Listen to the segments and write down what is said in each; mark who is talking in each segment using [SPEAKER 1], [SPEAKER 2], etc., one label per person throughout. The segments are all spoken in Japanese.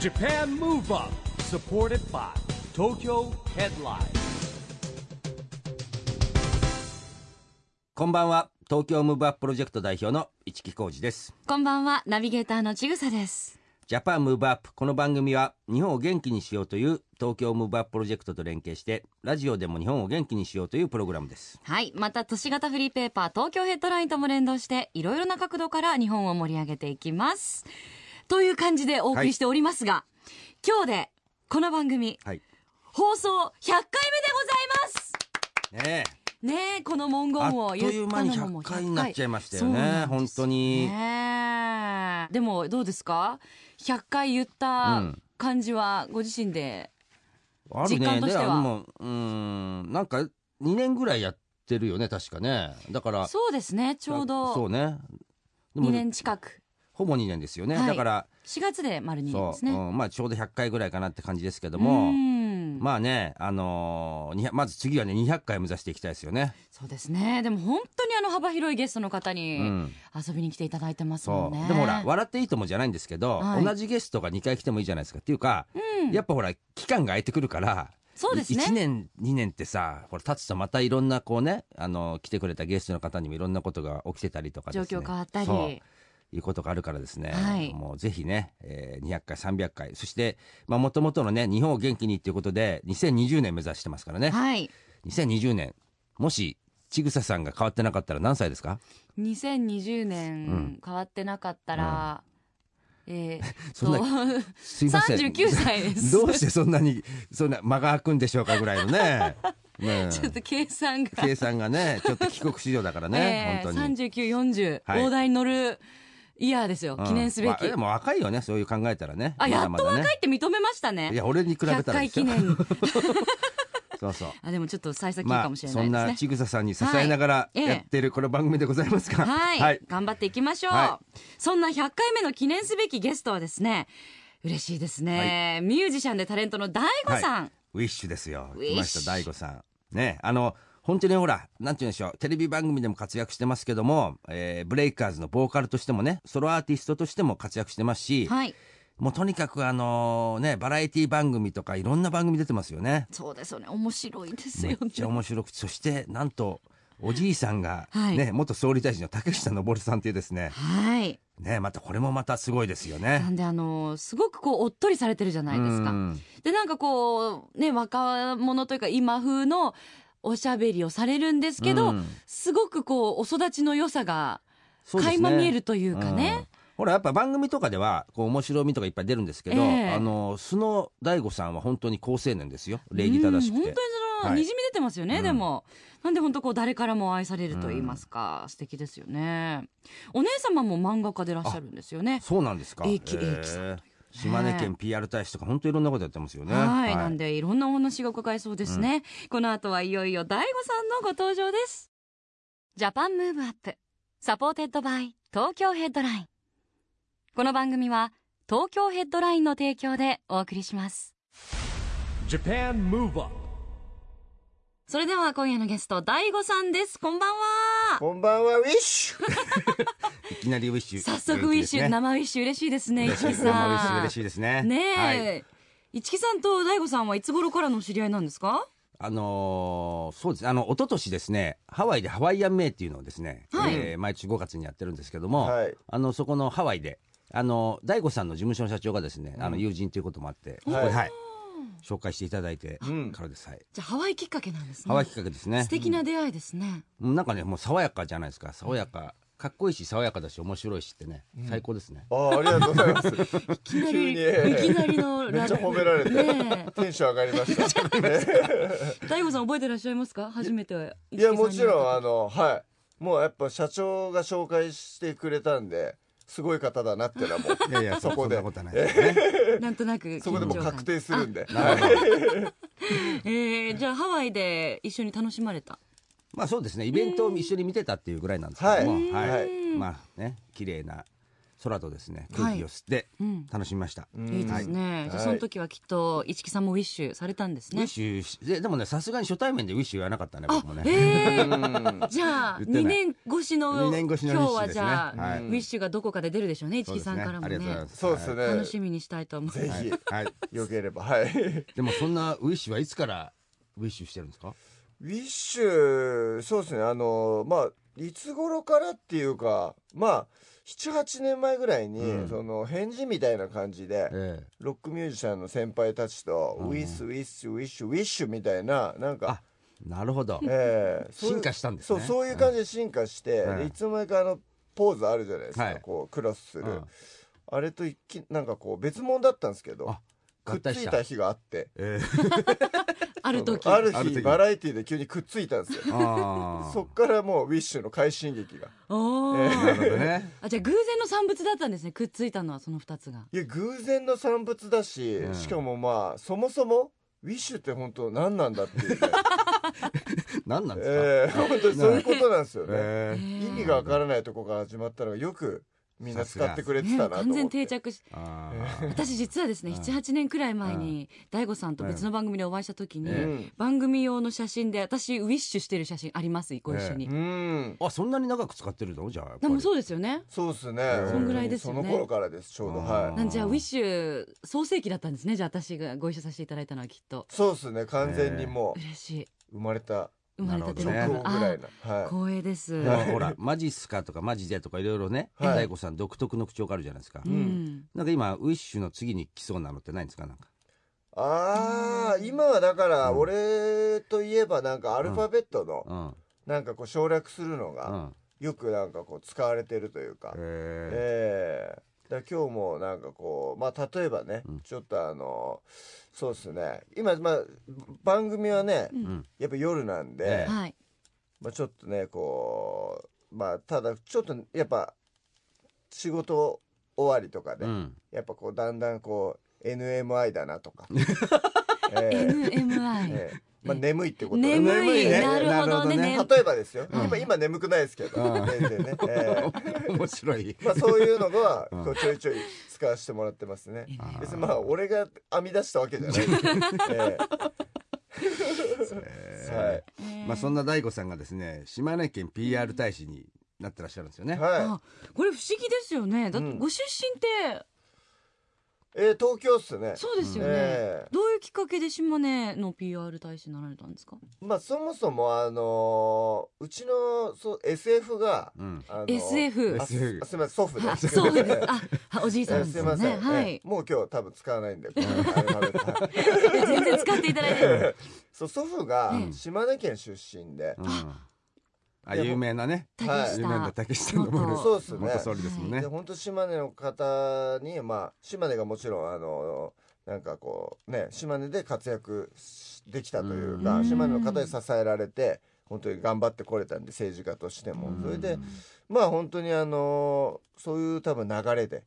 [SPEAKER 1] JAPAN MOVE UP SUPPORTED BY TOKYO HEADLINE
[SPEAKER 2] こんばんは東京ムーブアッププロジェクト代表の市木浩司です
[SPEAKER 3] こんばんは、ナビゲーターのちぐさです。
[SPEAKER 2] ジャパンムーブアップこの番組は日本を元気にしようという東京ムーブアッププロジェクトと連携してラジオでも日本を元気にしようというプログラムです
[SPEAKER 3] はい、また都市型フリーペーパー東京ヘッドラインとも連動して、いろいろな角度から日本を盛り上げていきます。という感じでお送りしておりますが、今日でこの番組、
[SPEAKER 2] はい
[SPEAKER 3] 放送100回目でございます
[SPEAKER 2] ねえ
[SPEAKER 3] ねえ、この文
[SPEAKER 2] あっ
[SPEAKER 3] 言を
[SPEAKER 2] と
[SPEAKER 3] 言
[SPEAKER 2] いう
[SPEAKER 3] っ
[SPEAKER 2] 間
[SPEAKER 3] た
[SPEAKER 2] に
[SPEAKER 3] のももう
[SPEAKER 2] 100回になっちゃいましたよ
[SPEAKER 3] そう
[SPEAKER 2] ね
[SPEAKER 3] なんです
[SPEAKER 2] 本当に、
[SPEAKER 3] ねえでもどうですか100回言った
[SPEAKER 2] うん
[SPEAKER 3] 感じはご自身で、
[SPEAKER 2] ある
[SPEAKER 3] 実
[SPEAKER 2] ね
[SPEAKER 3] 感としては
[SPEAKER 2] であのうーんなんか2年ぐらいやってるよね確かねだから
[SPEAKER 3] そうですねちょう
[SPEAKER 2] そ
[SPEAKER 3] ど
[SPEAKER 2] うねで
[SPEAKER 3] 2
[SPEAKER 2] も
[SPEAKER 3] 年近く
[SPEAKER 2] ほぼ2年ですよね、
[SPEAKER 3] はい
[SPEAKER 2] だから
[SPEAKER 3] 4月で丸2年
[SPEAKER 2] そ
[SPEAKER 3] です
[SPEAKER 2] う、
[SPEAKER 3] ね
[SPEAKER 2] うんまあちょうど100回ぐらいかなって感じですけど
[SPEAKER 3] う
[SPEAKER 2] も
[SPEAKER 3] ん
[SPEAKER 2] まあね、あのー200まず次はね、200回目指していきたいですよね。
[SPEAKER 3] そうですねでも本当にあの幅広いゲストの方
[SPEAKER 2] う
[SPEAKER 3] に
[SPEAKER 2] ん、
[SPEAKER 3] 遊びに来ていただいてますも
[SPEAKER 2] そ
[SPEAKER 3] ん
[SPEAKER 2] う、
[SPEAKER 3] ね、
[SPEAKER 2] でもほら、笑っていいともじゃないんですけど、
[SPEAKER 3] はい
[SPEAKER 2] 同じゲストが2回来てもいいじゃないですか。っていうか、
[SPEAKER 3] うん
[SPEAKER 2] やっぱほら、期間が空いてくるから、
[SPEAKER 3] そうです
[SPEAKER 2] 1
[SPEAKER 3] ね
[SPEAKER 2] 年、2年ってさ、これ経つとまたいろんなこうね、あの、来てくれたゲストの方にもいろんなことが起きてたりとかです
[SPEAKER 3] 状
[SPEAKER 2] ね。
[SPEAKER 3] 況変わったり
[SPEAKER 2] そういうことがあるからですね、
[SPEAKER 3] はい
[SPEAKER 2] もうぜひね、えー200回、300回、そして、まあ、もともとのね、日本を元気にっていうことで、2020年目指してますからね。
[SPEAKER 3] はい
[SPEAKER 2] 2020年もしちぐささんが変わってなかったら何歳ですか
[SPEAKER 3] 2020年
[SPEAKER 2] ん
[SPEAKER 3] 変わってなかったら、え ー、
[SPEAKER 2] そんな
[SPEAKER 3] と
[SPEAKER 2] すいません
[SPEAKER 3] 39歳で す
[SPEAKER 2] どうしてそんなにそんな間が空くんでしょうかぐらいのねねえ
[SPEAKER 3] ちょっと計算が、
[SPEAKER 2] 計算がねちょっと帰国子女だからね、
[SPEAKER 3] えー、
[SPEAKER 2] 本当に、
[SPEAKER 3] 3940、
[SPEAKER 2] はい
[SPEAKER 3] 大台に乗るイヤーですよ、
[SPEAKER 2] うん
[SPEAKER 3] 記念すべ
[SPEAKER 2] わ
[SPEAKER 3] き
[SPEAKER 2] でも若いよねそういう考えたらね
[SPEAKER 3] あやっと
[SPEAKER 2] まだまだ
[SPEAKER 3] 若
[SPEAKER 2] ね
[SPEAKER 3] いって認めましたね
[SPEAKER 2] いや俺に比べたら
[SPEAKER 3] 100回
[SPEAKER 2] ですよ
[SPEAKER 3] 記念
[SPEAKER 2] そう そう
[SPEAKER 3] あでもちょっと幸先いい
[SPEAKER 2] ま
[SPEAKER 3] か
[SPEAKER 2] あ
[SPEAKER 3] もしれな
[SPEAKER 2] そ
[SPEAKER 3] い
[SPEAKER 2] ん
[SPEAKER 3] ですね、
[SPEAKER 2] なちぐささんに支えながら
[SPEAKER 3] はいええ
[SPEAKER 2] やってるこの番組でございます が、
[SPEAKER 3] はい、
[SPEAKER 2] はい、
[SPEAKER 3] 頑張っていきましょう、
[SPEAKER 2] は
[SPEAKER 3] そんな100回目の記念すべきゲストはですね嬉しいですね、ミュージシャンでタレントの DAIGO さん、
[SPEAKER 2] はいウィッシュですよ
[SPEAKER 3] ウィッシ
[SPEAKER 2] 来ま
[SPEAKER 3] ュ
[SPEAKER 2] した大悟さんねあの本当にほらなんて言うんでしょうテレビ番組でも活躍してますけども、えーブレイカーズのボーカルとしてもねソロアーティストとしても活躍してますし、
[SPEAKER 3] はい
[SPEAKER 2] もうとにかくあのねバラエティ番組とかいろんな番組出てますよね
[SPEAKER 3] そうですよね面白いですよ
[SPEAKER 2] めっ
[SPEAKER 3] ね
[SPEAKER 2] ちゃ面白くてそしてなんとおじいさんが、
[SPEAKER 3] はい
[SPEAKER 2] ね元総理大臣の竹下登さんっていうですね
[SPEAKER 3] はい
[SPEAKER 2] ねまたこれもまたすごいですよ
[SPEAKER 3] な
[SPEAKER 2] ね。
[SPEAKER 3] んであのすごくこうおっとりされてるじゃないです
[SPEAKER 2] う
[SPEAKER 3] か
[SPEAKER 2] ん
[SPEAKER 3] でなんかこうね若者というか今風のおしゃべりをされるんですけど、
[SPEAKER 2] うん
[SPEAKER 3] すごくこうお育ちの良さが
[SPEAKER 2] そうです
[SPEAKER 3] 垣
[SPEAKER 2] ね
[SPEAKER 3] 間見えるというか
[SPEAKER 2] う
[SPEAKER 3] ね
[SPEAKER 2] んほらやっぱ番組とかではこう面白みとかいっぱい出るんですけど、
[SPEAKER 3] ええ
[SPEAKER 2] あの素の大悟さんは本当に好青年ですよ礼
[SPEAKER 3] う
[SPEAKER 2] 儀
[SPEAKER 3] ん
[SPEAKER 2] 正しく
[SPEAKER 3] 本当
[SPEAKER 2] て
[SPEAKER 3] にその、
[SPEAKER 2] はい
[SPEAKER 3] にじみ出てますよね、
[SPEAKER 2] うん
[SPEAKER 3] でもなんで本当こう誰からも愛されると言いますか、素敵ですよねお姉様も漫画家でいらっしゃるんですよね
[SPEAKER 2] そうなんですか
[SPEAKER 3] 英樹
[SPEAKER 2] へえ
[SPEAKER 3] 英樹さんというね
[SPEAKER 2] 島根県 PR 大使とか本当いろんなことやってますよね
[SPEAKER 3] はい、なんでいろんなお話が伺えそうですね、この後はいよいよ大悟さんのご登場ですジャパンムーブアップサポーテッドバイ東京ヘッドラインこの番組は東京ヘッドラインの提供でお送りします
[SPEAKER 1] JAPAN MOVE UP
[SPEAKER 3] それでは今夜のゲスト大悟さんですこんばんは
[SPEAKER 4] こんばんは、ウィッ シュ。
[SPEAKER 2] いきなりウィッシュ
[SPEAKER 3] 早速ウィッシュ、
[SPEAKER 2] 生
[SPEAKER 3] 生ウィッシュ嬉しいですね市
[SPEAKER 2] ウィ
[SPEAKER 3] 木
[SPEAKER 2] ッシュ
[SPEAKER 3] さ
[SPEAKER 2] 嬉
[SPEAKER 3] ん
[SPEAKER 2] しいですね
[SPEAKER 3] ね
[SPEAKER 2] はい
[SPEAKER 3] え、市木さんと大悟さんはいつ頃からの知り合いなんですか
[SPEAKER 2] あのーそうですあの一昨年ですねハワイでハワイアンメイっていうのをですね、
[SPEAKER 3] はい
[SPEAKER 2] えー毎年5月にやってるんですけども、
[SPEAKER 4] はい
[SPEAKER 2] あのそこのハワイであの大悟さんの事務所の社長がですね、あの友人ということもあって、ここではい、紹介していただいて
[SPEAKER 4] うん
[SPEAKER 2] からです、はい、
[SPEAKER 3] じゃあハワイきっかけなんですね
[SPEAKER 2] ハワイ企画ですね
[SPEAKER 3] 素敵な出会いですね、
[SPEAKER 2] うんなんかねもう爽やかじゃないですか爽やかかっこいいし爽やかだし面白いしってね、最高ですね
[SPEAKER 4] あー、ありがとうございます。
[SPEAKER 3] いきなり、
[SPEAKER 4] 急にええ
[SPEAKER 3] いきなりの
[SPEAKER 4] めっ
[SPEAKER 3] ラ
[SPEAKER 4] ちゃ
[SPEAKER 3] ブ。
[SPEAKER 4] 褒められて、
[SPEAKER 3] ね
[SPEAKER 4] テンション上がりました。
[SPEAKER 3] 大悟さん覚えてらっしゃいますか初めて
[SPEAKER 4] いや、もちろん、あ
[SPEAKER 3] の
[SPEAKER 4] の、はい。もうやっぱ社長が紹介してくれたんで、すごい方だなってのはもう、
[SPEAKER 2] いやいやそ
[SPEAKER 4] そこで
[SPEAKER 2] そんなことはないですよね
[SPEAKER 3] なんとなく緊張感
[SPEAKER 4] そこでもう確定するんで。
[SPEAKER 2] な
[SPEAKER 4] はい
[SPEAKER 2] るほど
[SPEAKER 3] えーじゃあハワイで一緒に楽しまれた
[SPEAKER 2] まあそうですねイベントを一緒に見てたっていうぐらいなんですけども、
[SPEAKER 4] うん
[SPEAKER 2] はい
[SPEAKER 4] はい
[SPEAKER 2] まあね綺麗な空とですね空気を吸って
[SPEAKER 3] うん
[SPEAKER 2] 楽しみました、
[SPEAKER 4] うん
[SPEAKER 3] いいですね、
[SPEAKER 4] はい
[SPEAKER 3] じゃあその時はきっと一木さんもウィッシュされたんです
[SPEAKER 2] ウィ
[SPEAKER 3] ね
[SPEAKER 2] ッシュしででもねさすがに初対面でウィッシュ言わなかったね
[SPEAKER 3] あ
[SPEAKER 2] 僕もね、
[SPEAKER 3] え
[SPEAKER 4] う
[SPEAKER 3] ー、
[SPEAKER 4] ん
[SPEAKER 3] じゃあ
[SPEAKER 2] 言ってない
[SPEAKER 3] 2年越しの
[SPEAKER 2] 二年越しのウィッシュ
[SPEAKER 3] 今日は
[SPEAKER 2] ですね
[SPEAKER 3] じゃあ、
[SPEAKER 2] はい
[SPEAKER 3] ウィッシュがどこかで出るでしょうね一
[SPEAKER 2] そう
[SPEAKER 3] 木
[SPEAKER 2] です
[SPEAKER 3] さんからも
[SPEAKER 2] ありがとうござい
[SPEAKER 3] ね
[SPEAKER 2] ます
[SPEAKER 4] そうですね
[SPEAKER 3] 楽しみにしたいと思います
[SPEAKER 4] ぜひ
[SPEAKER 2] はい、はい
[SPEAKER 4] よければはい
[SPEAKER 2] でもそんなウィッシュはいつからウィッシュしてるんですか
[SPEAKER 4] ウィッシュそうですねあのまあいつ頃からっていうかまあ78年前ぐらいに、
[SPEAKER 2] うん
[SPEAKER 4] その返事みたいな感じで
[SPEAKER 2] ええ
[SPEAKER 4] ロックミュージシャンの先輩たちと、
[SPEAKER 2] うん
[SPEAKER 4] ウィスウィスウィッシュウィッシュみたいななん
[SPEAKER 2] あ
[SPEAKER 4] か
[SPEAKER 2] なるほど
[SPEAKER 4] ええそういう
[SPEAKER 2] 進化したんですね
[SPEAKER 4] そうそういう感じで進化して、
[SPEAKER 2] うん
[SPEAKER 4] でいつの間にかあのポーズあるじゃないですか、
[SPEAKER 2] はい
[SPEAKER 4] こうクロスする、
[SPEAKER 2] うん
[SPEAKER 4] あれと一気なんかこう別物だったんですけど
[SPEAKER 2] あ
[SPEAKER 4] く
[SPEAKER 2] 合
[SPEAKER 4] っつ
[SPEAKER 2] 体
[SPEAKER 4] い
[SPEAKER 2] した
[SPEAKER 4] た日があって
[SPEAKER 2] え
[SPEAKER 3] ある時
[SPEAKER 4] そのある
[SPEAKER 2] ある
[SPEAKER 4] 日
[SPEAKER 2] 時
[SPEAKER 4] バラエティで急にくっついたんですよ
[SPEAKER 2] えああ
[SPEAKER 4] そっからもうウィッシュの快進撃が
[SPEAKER 3] お
[SPEAKER 4] え
[SPEAKER 2] なるほ
[SPEAKER 3] ー
[SPEAKER 2] どね
[SPEAKER 3] あじゃあ偶然の産物だったんですねくっついたのはその2つが
[SPEAKER 4] いや偶然の産物だし、
[SPEAKER 2] うん
[SPEAKER 4] しかもまあそもそもウィッシュって本当何なんだって いうね、
[SPEAKER 2] 何なんですか、
[SPEAKER 4] ええ本当にそういうことなんですよね、
[SPEAKER 2] ええ
[SPEAKER 4] 意味がわからないとこから始まったのがよくみんな使ってくれて
[SPEAKER 3] ね
[SPEAKER 4] たなと思って、
[SPEAKER 3] 完全定着し
[SPEAKER 2] あー
[SPEAKER 3] 私実はですね
[SPEAKER 2] うん
[SPEAKER 3] 78年くらい前に大悟さんと別の番組でお会いした時に、
[SPEAKER 2] ええ
[SPEAKER 3] 番組用の写真で私ウィッシュしてる写真ありますご一緒に、
[SPEAKER 4] うん、うん
[SPEAKER 2] あそんなに長く使ってるのじゃあやっぱり
[SPEAKER 3] でもそうですよね
[SPEAKER 4] そうですね。
[SPEAKER 2] そんぐ
[SPEAKER 3] らいですよね
[SPEAKER 4] その頃からです、ちょうど。は
[SPEAKER 2] あ
[SPEAKER 4] い。
[SPEAKER 3] なんじゃあウィッシュ創世記だったんですねじゃあ私がご一緒させていただいたのはきっと
[SPEAKER 4] そうですね、完全にも
[SPEAKER 3] 嬉しいう
[SPEAKER 4] 生まれた
[SPEAKER 3] 生まれたての
[SPEAKER 2] な
[SPEAKER 4] 直
[SPEAKER 2] るほ
[SPEAKER 4] 後ぐ
[SPEAKER 3] あ
[SPEAKER 4] らいな。
[SPEAKER 3] あ
[SPEAKER 4] は
[SPEAKER 3] 光栄です、
[SPEAKER 2] でもほらマジっすかとかマジでとかいろいろね
[SPEAKER 4] はい
[SPEAKER 2] 大悟さん独特の口調があるじゃないですか、
[SPEAKER 3] うんん、
[SPEAKER 2] なんか今ウィッシュの次に来そうなのってないんですかなんか
[SPEAKER 4] い。ああ、今はだから、
[SPEAKER 2] うん
[SPEAKER 4] 俺といえばなんかアルファベットの、
[SPEAKER 2] うん
[SPEAKER 4] なんかこう省略するの
[SPEAKER 2] う
[SPEAKER 4] が、
[SPEAKER 2] ん
[SPEAKER 4] よくなんかこう使われてるというか。
[SPEAKER 2] え
[SPEAKER 4] ええだから今日もなんかこうまあ例えばね、
[SPEAKER 2] うん
[SPEAKER 4] ちょっとあのそうですね今まあ番組はね、
[SPEAKER 3] うん
[SPEAKER 2] ん
[SPEAKER 4] やっぱ夜なんで、
[SPEAKER 2] ええ
[SPEAKER 3] はい
[SPEAKER 4] まあ、ちょっとねこうまあただちょっとやっぱ仕事終わりとか
[SPEAKER 2] え
[SPEAKER 4] で、
[SPEAKER 2] うん
[SPEAKER 4] やっぱこうだんだんこう NMI だなと か、えー
[SPEAKER 3] NMI
[SPEAKER 4] えーまあ、眠いってこと
[SPEAKER 3] 眠い
[SPEAKER 2] 眠いね
[SPEAKER 3] なるほどね
[SPEAKER 2] なるほどね
[SPEAKER 4] 例えばですよ、
[SPEAKER 2] うん
[SPEAKER 4] 今今眠くないですけど、
[SPEAKER 2] うん
[SPEAKER 4] 全然ね、えー
[SPEAKER 2] 面白い
[SPEAKER 4] まあ、そういうのが
[SPEAKER 2] うん
[SPEAKER 4] こうちょいちょい使わせてもらってますね
[SPEAKER 3] えー
[SPEAKER 4] 別にまあ俺が編み出したわけじゃ ない、えーはい
[SPEAKER 2] まあそんな大悟さんがですね島根県 PR 大使になってらっしゃるんですよね、
[SPEAKER 4] は
[SPEAKER 3] あこれ不思議ですよねだって
[SPEAKER 4] うん
[SPEAKER 3] ご出身って
[SPEAKER 4] い、えー東京っすね
[SPEAKER 3] そうですよね、
[SPEAKER 4] ええ
[SPEAKER 3] どういうきっかけで島根の PR 大使になられたんですか、
[SPEAKER 4] まあそもそもあのーうちのそう SF が、
[SPEAKER 2] うん
[SPEAKER 4] あの
[SPEAKER 3] SF
[SPEAKER 4] あすすみません祖父
[SPEAKER 3] あ
[SPEAKER 4] です。
[SPEAKER 3] そうですああおじいさん
[SPEAKER 4] え
[SPEAKER 3] ですす
[SPEAKER 4] み
[SPEAKER 3] よ
[SPEAKER 4] ませ
[SPEAKER 3] ね
[SPEAKER 4] ん、
[SPEAKER 3] は
[SPEAKER 4] え
[SPEAKER 3] い
[SPEAKER 4] もう今日多分使わないんで、このアルファベットはい
[SPEAKER 3] いや全然使っていただい て
[SPEAKER 4] そう祖父が
[SPEAKER 2] うん
[SPEAKER 4] 島根県出身で、
[SPEAKER 2] うんあ有名なね
[SPEAKER 3] 竹
[SPEAKER 4] はい
[SPEAKER 2] 有
[SPEAKER 3] 下、
[SPEAKER 2] 名な竹下登
[SPEAKER 3] 元
[SPEAKER 4] そうっすね
[SPEAKER 2] 元総理ですもんね、
[SPEAKER 4] で本当島根の方にまあ島根がもちろんあのなんかこうね島根で活躍しできたというか
[SPEAKER 3] うん
[SPEAKER 4] 島根の方に支えられて本当に頑張ってこれたんで政治家としても
[SPEAKER 2] うん
[SPEAKER 4] それでまあ本当にあのそういう多分流れで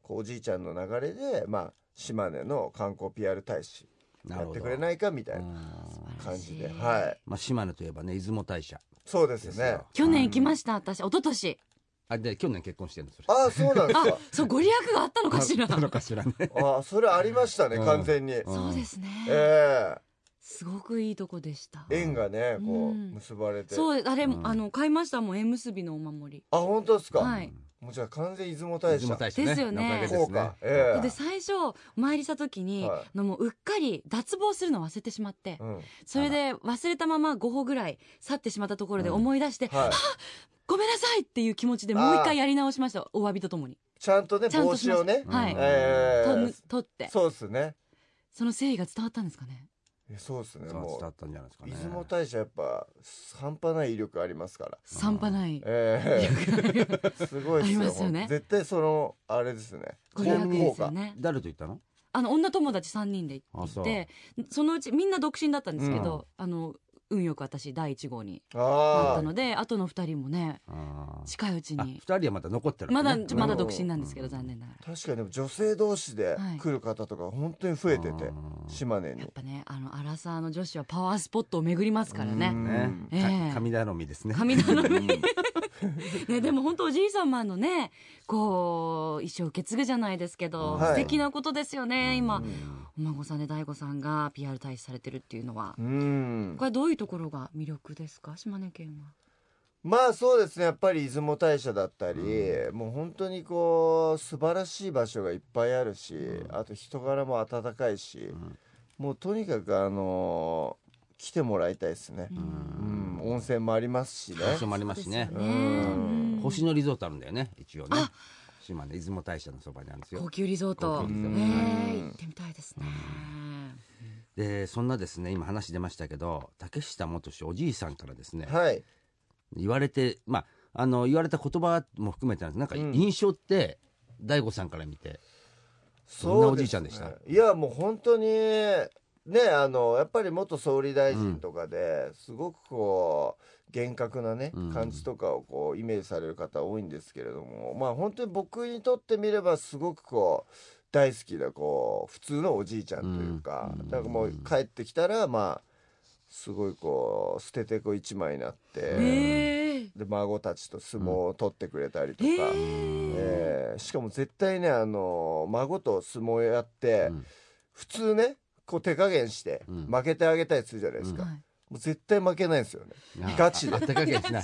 [SPEAKER 4] こうおじいちゃんの流れでまあ島根の観光 PR 大使やってくれないかみたいな
[SPEAKER 2] うん
[SPEAKER 4] 感じで
[SPEAKER 3] うん
[SPEAKER 4] はい
[SPEAKER 2] まあ、島根といえばね出雲大社
[SPEAKER 4] そうです
[SPEAKER 2] です
[SPEAKER 4] ね
[SPEAKER 2] よ
[SPEAKER 3] 去年行きました私一昨年
[SPEAKER 2] あで去年結婚してるのそれ
[SPEAKER 4] ああそうなんです
[SPEAKER 3] あ
[SPEAKER 4] か
[SPEAKER 3] そうご利益があったのかしら
[SPEAKER 2] なのかしらね
[SPEAKER 4] ああそれありましたね
[SPEAKER 2] うん
[SPEAKER 4] 完全にえ
[SPEAKER 3] そうですね、
[SPEAKER 4] え
[SPEAKER 3] すごくいいとこでした
[SPEAKER 4] 縁がねこう
[SPEAKER 3] うん
[SPEAKER 4] 結ばれて
[SPEAKER 3] そうあれ、
[SPEAKER 2] うん
[SPEAKER 3] あの買いましたもん縁結びのお守り
[SPEAKER 4] あ本当ですか、
[SPEAKER 3] はい
[SPEAKER 4] もうじゃあ完全出雲
[SPEAKER 2] 出
[SPEAKER 4] 大社
[SPEAKER 2] 雲大社ね
[SPEAKER 3] ですよね
[SPEAKER 2] のおかげ
[SPEAKER 4] そうかええ
[SPEAKER 3] で最初お参りした時に、
[SPEAKER 4] はい
[SPEAKER 3] あのもううっかり脱帽するの忘れてしまって、
[SPEAKER 4] うん
[SPEAKER 3] それで忘れたまま5歩ぐらい去ってしまったところで思い出して、
[SPEAKER 4] はい、
[SPEAKER 3] ごめんなさいっていう気持ちでもう一回やり直しましたお詫びとともに
[SPEAKER 4] ちゃんとね
[SPEAKER 3] ちゃん
[SPEAKER 4] 帽
[SPEAKER 3] とし
[SPEAKER 4] 子
[SPEAKER 3] ま
[SPEAKER 4] を
[SPEAKER 3] す
[SPEAKER 4] ね、
[SPEAKER 3] はい
[SPEAKER 4] え
[SPEAKER 3] とむ
[SPEAKER 4] え
[SPEAKER 3] 取ってそ
[SPEAKER 4] そうですね
[SPEAKER 3] の誠意が伝わったんですかね
[SPEAKER 4] えそうですね
[SPEAKER 2] そう伝
[SPEAKER 4] も
[SPEAKER 2] わ
[SPEAKER 4] う
[SPEAKER 2] ったんじゃないですかね
[SPEAKER 4] 出雲大社やっぱ半端ない威力ありますから
[SPEAKER 3] 散歩ない
[SPEAKER 4] ええすごいで
[SPEAKER 3] あ
[SPEAKER 4] すよ
[SPEAKER 3] りますよね
[SPEAKER 4] ほん絶対そのあれですね
[SPEAKER 3] ご利益
[SPEAKER 4] 効
[SPEAKER 3] です
[SPEAKER 4] 果
[SPEAKER 3] よね
[SPEAKER 2] 誰と言ったの
[SPEAKER 3] あの女友達3人で行
[SPEAKER 2] あそ
[SPEAKER 3] っ
[SPEAKER 2] う
[SPEAKER 3] てそのうちみんな独身だったんですけど、あの運よく私第1号になっ
[SPEAKER 4] あ
[SPEAKER 3] た
[SPEAKER 4] あ
[SPEAKER 3] のであとの2人もね
[SPEAKER 2] あー
[SPEAKER 3] 近いうち
[SPEAKER 2] あ
[SPEAKER 3] に
[SPEAKER 2] 二人はまだ残ってる
[SPEAKER 3] ま
[SPEAKER 2] わけね
[SPEAKER 3] だちょまだ
[SPEAKER 4] うん
[SPEAKER 3] 独身なんですけど残念ながら
[SPEAKER 4] 確かにでも女性同士で
[SPEAKER 3] はい
[SPEAKER 4] 来る方とか本当に増えてて、
[SPEAKER 2] うん
[SPEAKER 4] 島根
[SPEAKER 3] やっ
[SPEAKER 4] に
[SPEAKER 3] ぱねあのアラサーの女子はパワースポットを巡りますからね
[SPEAKER 4] うん
[SPEAKER 2] ね
[SPEAKER 3] ええ
[SPEAKER 2] か神頼みですね
[SPEAKER 3] 神頼み
[SPEAKER 4] うん
[SPEAKER 3] ね、でも本当おじいさまのねこう一生受け継ぐじゃないですけど、
[SPEAKER 4] はい
[SPEAKER 3] 素敵なことですよね今
[SPEAKER 4] うん
[SPEAKER 3] お孫さんで大悟さんが PR 大使されてるっていうのは
[SPEAKER 4] うん
[SPEAKER 3] これはどういうところが魅力ですか島根県は。
[SPEAKER 4] まあそうですねやっぱり出雲大社だったり、もう本当にこう素晴らしい場所がいっぱいあるし、あと人柄も温かいし、もうとにかくあのー来てもらいたいですね、うん温泉もありますしね
[SPEAKER 2] 場所もありますしね
[SPEAKER 3] そうですよねうん
[SPEAKER 2] 星野リゾートあるんだよね一応ね島根出雲大社のそばにあるんですよ
[SPEAKER 3] 高級リゾート
[SPEAKER 2] 高級リゾート
[SPEAKER 3] ね行ってみたいですね。
[SPEAKER 2] でそんなですね今話出ましたけど竹下元氏おじいさんからですね
[SPEAKER 4] はい
[SPEAKER 2] 言われてまああの言われた言葉も含めてなんですなんか
[SPEAKER 4] うん
[SPEAKER 2] 印象って、大悟さんから見て
[SPEAKER 4] そう
[SPEAKER 2] どんなおじいちゃんでした
[SPEAKER 4] すねいやもう本当にねあのやっぱり元総理大臣とかですごくこう厳格なね、
[SPEAKER 2] うん
[SPEAKER 4] 感じとかをこうイメージされる方多いんですけれどもまあ本当に僕にとってみればすごくこう大好きなこう普通のおじいちゃんというか、
[SPEAKER 2] うん
[SPEAKER 4] だからもう帰ってきたらまあすごいこう捨ててこ一枚になって、
[SPEAKER 3] ええ
[SPEAKER 4] で孫たちと相撲を取ってくれたりと
[SPEAKER 3] え
[SPEAKER 4] か。
[SPEAKER 3] え
[SPEAKER 4] えーしかも絶対ねあの孫と相撲やって、
[SPEAKER 2] うん
[SPEAKER 4] 普通ねこう手加減して
[SPEAKER 2] うん
[SPEAKER 4] 負けてあげたりするじゃないですか、
[SPEAKER 3] はい
[SPEAKER 4] もう絶対負けないんですよね
[SPEAKER 2] あ
[SPEAKER 4] ガチで
[SPEAKER 2] あったかいですね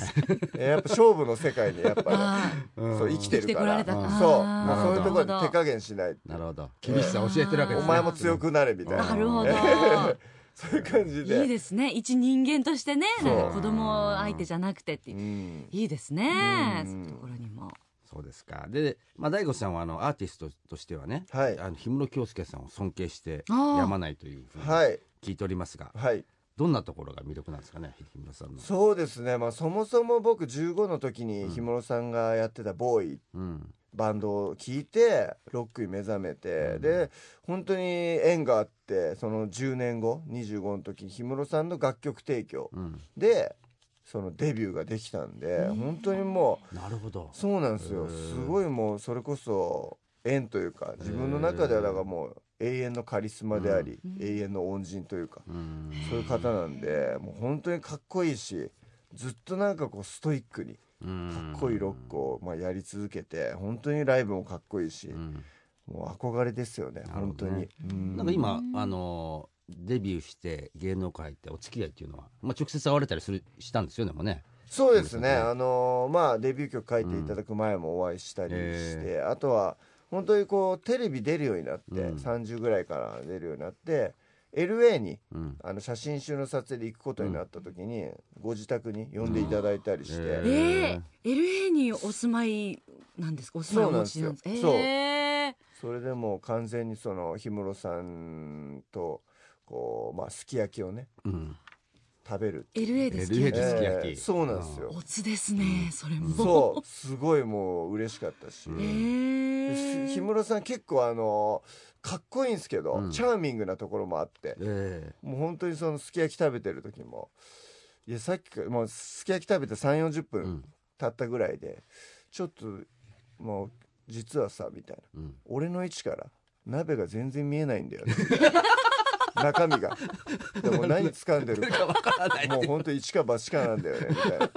[SPEAKER 4] えーやっぱ勝負の世界にやっ ぱ
[SPEAKER 3] あ
[SPEAKER 4] り、 そう生きてるか
[SPEAKER 3] 生
[SPEAKER 4] ら
[SPEAKER 3] きてこられたから
[SPEAKER 4] そ
[SPEAKER 3] あ
[SPEAKER 4] う
[SPEAKER 3] ー
[SPEAKER 4] まあそういうところで
[SPEAKER 3] なるほど
[SPEAKER 4] 手加減しない
[SPEAKER 2] なるほど厳しさ教えてるわけですね
[SPEAKER 4] お前も強くなれみたい
[SPEAKER 3] あ
[SPEAKER 4] な
[SPEAKER 3] なるほど
[SPEAKER 4] えーそういう感じ で
[SPEAKER 3] いいですね一人間としてね
[SPEAKER 4] そう
[SPEAKER 3] なんか子供相手じゃなくてっていう
[SPEAKER 4] うん
[SPEAKER 3] いいですね
[SPEAKER 4] うん
[SPEAKER 3] そういうところにも
[SPEAKER 2] そうですかで、まあ、大悟さんはあのアーティストとしてはね、
[SPEAKER 4] はい
[SPEAKER 2] あの氷室京介さんを尊敬して
[SPEAKER 3] あー
[SPEAKER 2] やまないというふうに
[SPEAKER 4] はい
[SPEAKER 2] 聞いておりますが、
[SPEAKER 4] はい
[SPEAKER 2] どんなところが魅力なんですかね氷室さんの。
[SPEAKER 4] そうですねまあそもそも僕15の時に氷室さんがやってたボーイ
[SPEAKER 2] うん
[SPEAKER 4] バンドを聴いてロックに目覚めて、で本当に縁があってその10年後25の時に氷室さんの楽曲提供
[SPEAKER 2] うん、
[SPEAKER 4] でそのデビューができたんで、本当にも
[SPEAKER 2] なるほど
[SPEAKER 4] うそうなんですよすごいもうそれこそ縁というか自分の中ではだからもう永遠のカリスマであり、永遠の恩人というか、
[SPEAKER 2] うん
[SPEAKER 4] そういう方なんでもう本当にかっこいいしずっとなんかこうストイックに。
[SPEAKER 2] うん
[SPEAKER 4] かっこいいロックをまあやり続けて本当にライブもかっこいいし、
[SPEAKER 2] ん
[SPEAKER 4] もう憧れですよね
[SPEAKER 2] なるほ
[SPEAKER 4] 本当
[SPEAKER 2] ど
[SPEAKER 4] に、
[SPEAKER 2] ね
[SPEAKER 4] うん
[SPEAKER 2] なんか今、あのデビューして芸能界ってお付き合いっていうのは、まあ、直接会われたりするしたんですよねもうね。
[SPEAKER 4] そうで
[SPEAKER 2] そ
[SPEAKER 4] すね
[SPEAKER 2] うですね
[SPEAKER 4] あのーまあデビュー曲書いていただく前もお会いしたりして、
[SPEAKER 2] え
[SPEAKER 4] あとは本当にこうテレビ出るようになって、
[SPEAKER 2] うん
[SPEAKER 4] 30ぐらいから出るようになって LA に
[SPEAKER 2] うん
[SPEAKER 4] あの写真集の撮影で行くことになった時に、ご自宅に呼んでいただいたりして、
[SPEAKER 2] うんえ
[SPEAKER 3] ええ LA にお住まいなんですかお住まいお持ちなんですか
[SPEAKER 4] そうなんですよ
[SPEAKER 3] ええ
[SPEAKER 4] それでもう完全にその氷室さんとこうまあすき焼きをね
[SPEAKER 2] うん、
[SPEAKER 4] 食べる
[SPEAKER 3] LA ですけ
[SPEAKER 2] LA です
[SPEAKER 3] ど
[SPEAKER 2] き焼き
[SPEAKER 4] えーそうなんですよ
[SPEAKER 3] おつですねそれも
[SPEAKER 4] そうすごいもう嬉しかったし、
[SPEAKER 3] え
[SPEAKER 4] で
[SPEAKER 3] え
[SPEAKER 4] 日室さん結構あのかっこいいんですけど、
[SPEAKER 2] うん
[SPEAKER 4] チャーミングなところもあって
[SPEAKER 2] え
[SPEAKER 4] もう本当にそのすき焼き食べてる時もいやさっきからもうすき焼き食べて3 4 0
[SPEAKER 2] えう
[SPEAKER 4] 分
[SPEAKER 2] ん
[SPEAKER 4] 経ったぐらいで、ちょっともう実はさみたいな
[SPEAKER 2] うん、
[SPEAKER 4] 俺の位置から鍋が全然見えないんだよ、ね、中身 がでも何掴んでるかもう本当一か八かなんだよねみた いな